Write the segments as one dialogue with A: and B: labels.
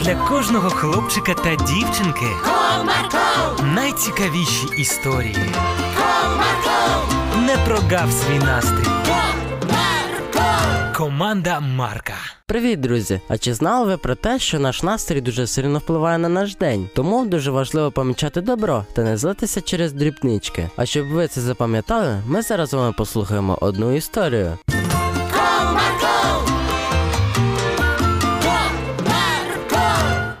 A: для кожного хлопчика та дівчинки
B: Comarco,
A: найцікавіші історії.
B: comarco,
A: Не прогав свій настрій.
B: comarco.
A: Команда Марка.
C: Привіт, друзі! А чи знали ви про те, що наш настрій дуже сильно впливає на наш день? Тому дуже важливо помічати добро та не злитися через дрібнички. А щоб ви це запам'ятали, ми зараз з вами послухаємо одну історію.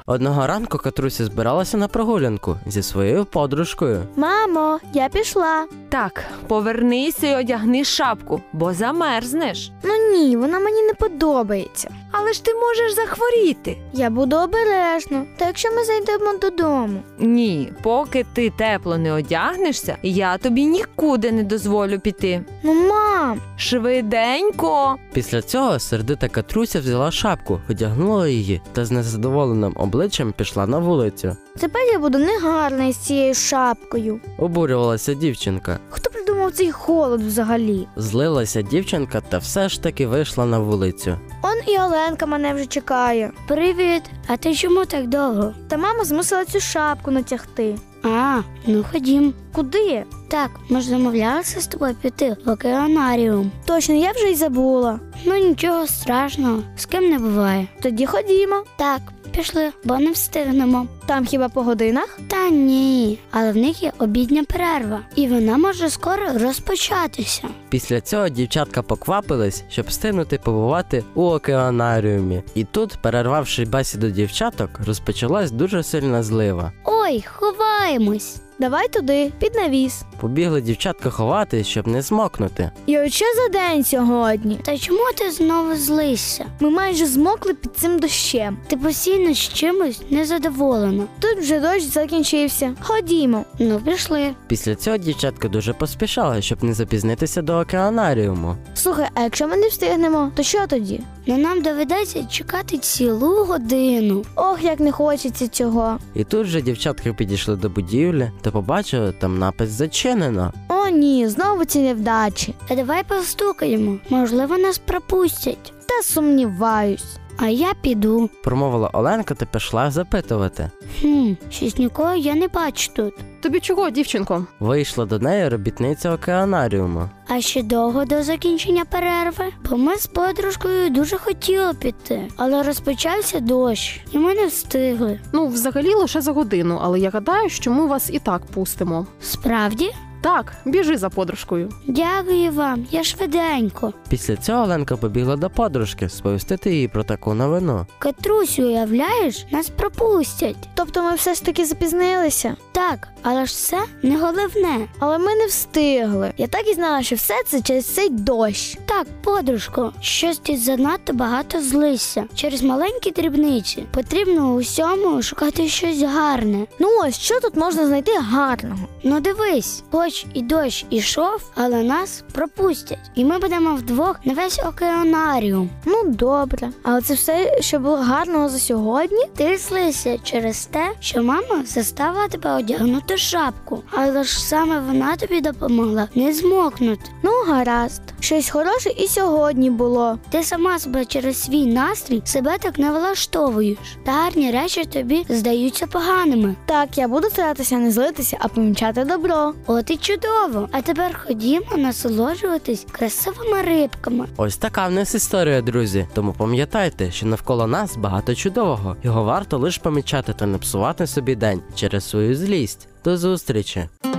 C: Одного ранку Катруся збиралася на прогулянку зі своєю подружкою.
D: Мамо, я пішла.
E: Так, повернися і одягни шапку, бо замерзнеш.
D: Ну ні, вона мені не подобається.
E: Але ж ти можеш захворіти.
D: Я буду обережно, та якщо ми зайдемо додому.
E: Ні, поки ти тепло не одягнешся, я тобі нікуди не дозволю піти.
D: Ну, мам,
E: Швиденько.
C: Після цього сердита Катруся взяла шапку, одягнула її та з незадоволеним обличчям пішла на вулицю.
D: тепер я буду негарна з цією шапкою.
C: Обурювалася дівчинка.
D: Хто придумав цей холод взагалі?
C: Злилася дівчинка та все ж таки вийшла на вулицю.
D: Он і Оленка мене вже чекає. Привіт.
F: А ти чому так довго?
D: Та мама змусила цю шапку натягти.
F: А, ну ходім.
D: Куди?
F: Так, ми ж замовлялися з тобою піти в океанаріум.
D: Точно, я вже й забула.
F: Ну нічого страшного, з ким не буває.
D: Тоді ходімо.
F: Так, пішли, бо не встигнемо.
D: Там хіба по годинах?
F: Та ні, але в них є обідня перерва, і вона може скоро розпочатися.
C: Після цього дівчатка поквапились, щоб встигнути побувати у океанаріумі. І тут, перервавши бесіду дівчаток, розпочалась дуже сильна злива.
F: Ой, ховаємось.
D: Давай туди, під навіс.
C: Побігли дівчатка ховатись, щоб не змокнути.
D: І от що за день сьогодні?
F: Та чому ти знову злишся?
D: Ми майже змокли під цим дощем.
F: Ти постійно з чимось незадоволена.
D: Тут вже дощ закінчився. Ходімо.
F: Ну, пішли.
C: Після цього дівчатка дуже поспішали, щоб не запізнитися до океанаріуму.
D: Слухай, а якщо ми не встигнемо, то що тоді?
F: Ну нам доведеться чекати цілу годину.
D: Ох, як не хочеться цього.
C: І тут же дівчатки підійшли до будівлі та побачили там напис зачинено.
D: О, ні, знову ці невдачі.
F: Та давай постукаємо, можливо, нас пропустять.
D: Та сумніваюсь.
F: А я піду.
C: Промовила Оленка та пішла запитувати.
F: Хм, щось нікого я не бачу тут.
G: Тобі чого, дівчинко?
C: Вийшла до неї робітниця океанаріуму.
F: А ще довго до закінчення перерви, бо ми з подружкою дуже хотіли піти, але розпочався дощ, і ми не встигли.
G: Ну, взагалі лише за годину, але я гадаю, що ми вас і так пустимо.
F: Справді?
G: Так, біжи за подружкою.
F: Дякую вам, я швиденько.
C: Після цього Оленка побігла до подружки сповістити їй про таку новину.
F: Катрусю, уявляєш, нас пропустять.
D: Тобто ми все ж таки запізнилися,
F: Так, але ж це не головне.
D: але ми не встигли. Я так і знала, що все Е, це через цей дощ.
F: Так, подружко, щось ти занадто багато злишся. Через маленькі дрібниці потрібно у всьому шукати щось гарне.
D: Ну ось що тут можна знайти гарного?
F: Ну дивись, хоч і дощ ішов, але нас пропустять, і ми будемо вдвох на весь океанаріум.
D: Ну добре, але це все, що було гарного за сьогодні.
F: Ти злися через те, що мама заставила тебе одягнути шапку, але ж саме вона тобі допомогла не змокнути.
D: Ну, гаразд, щось хороше і сьогодні було.
F: Ти сама себе через свій настрій себе так не влаштовуєш. Та гарні речі тобі здаються поганими.
D: Так, я буду старатися не злитися, а помічати добро.
F: От і чудово. А тепер ходімо насолоджуватись красивими рибками.
C: Ось така в нас історія, друзі. Тому пам'ятайте, що навколо нас багато чудового. Його варто лише помічати та не псувати собі день через свою злість. До зустрічі!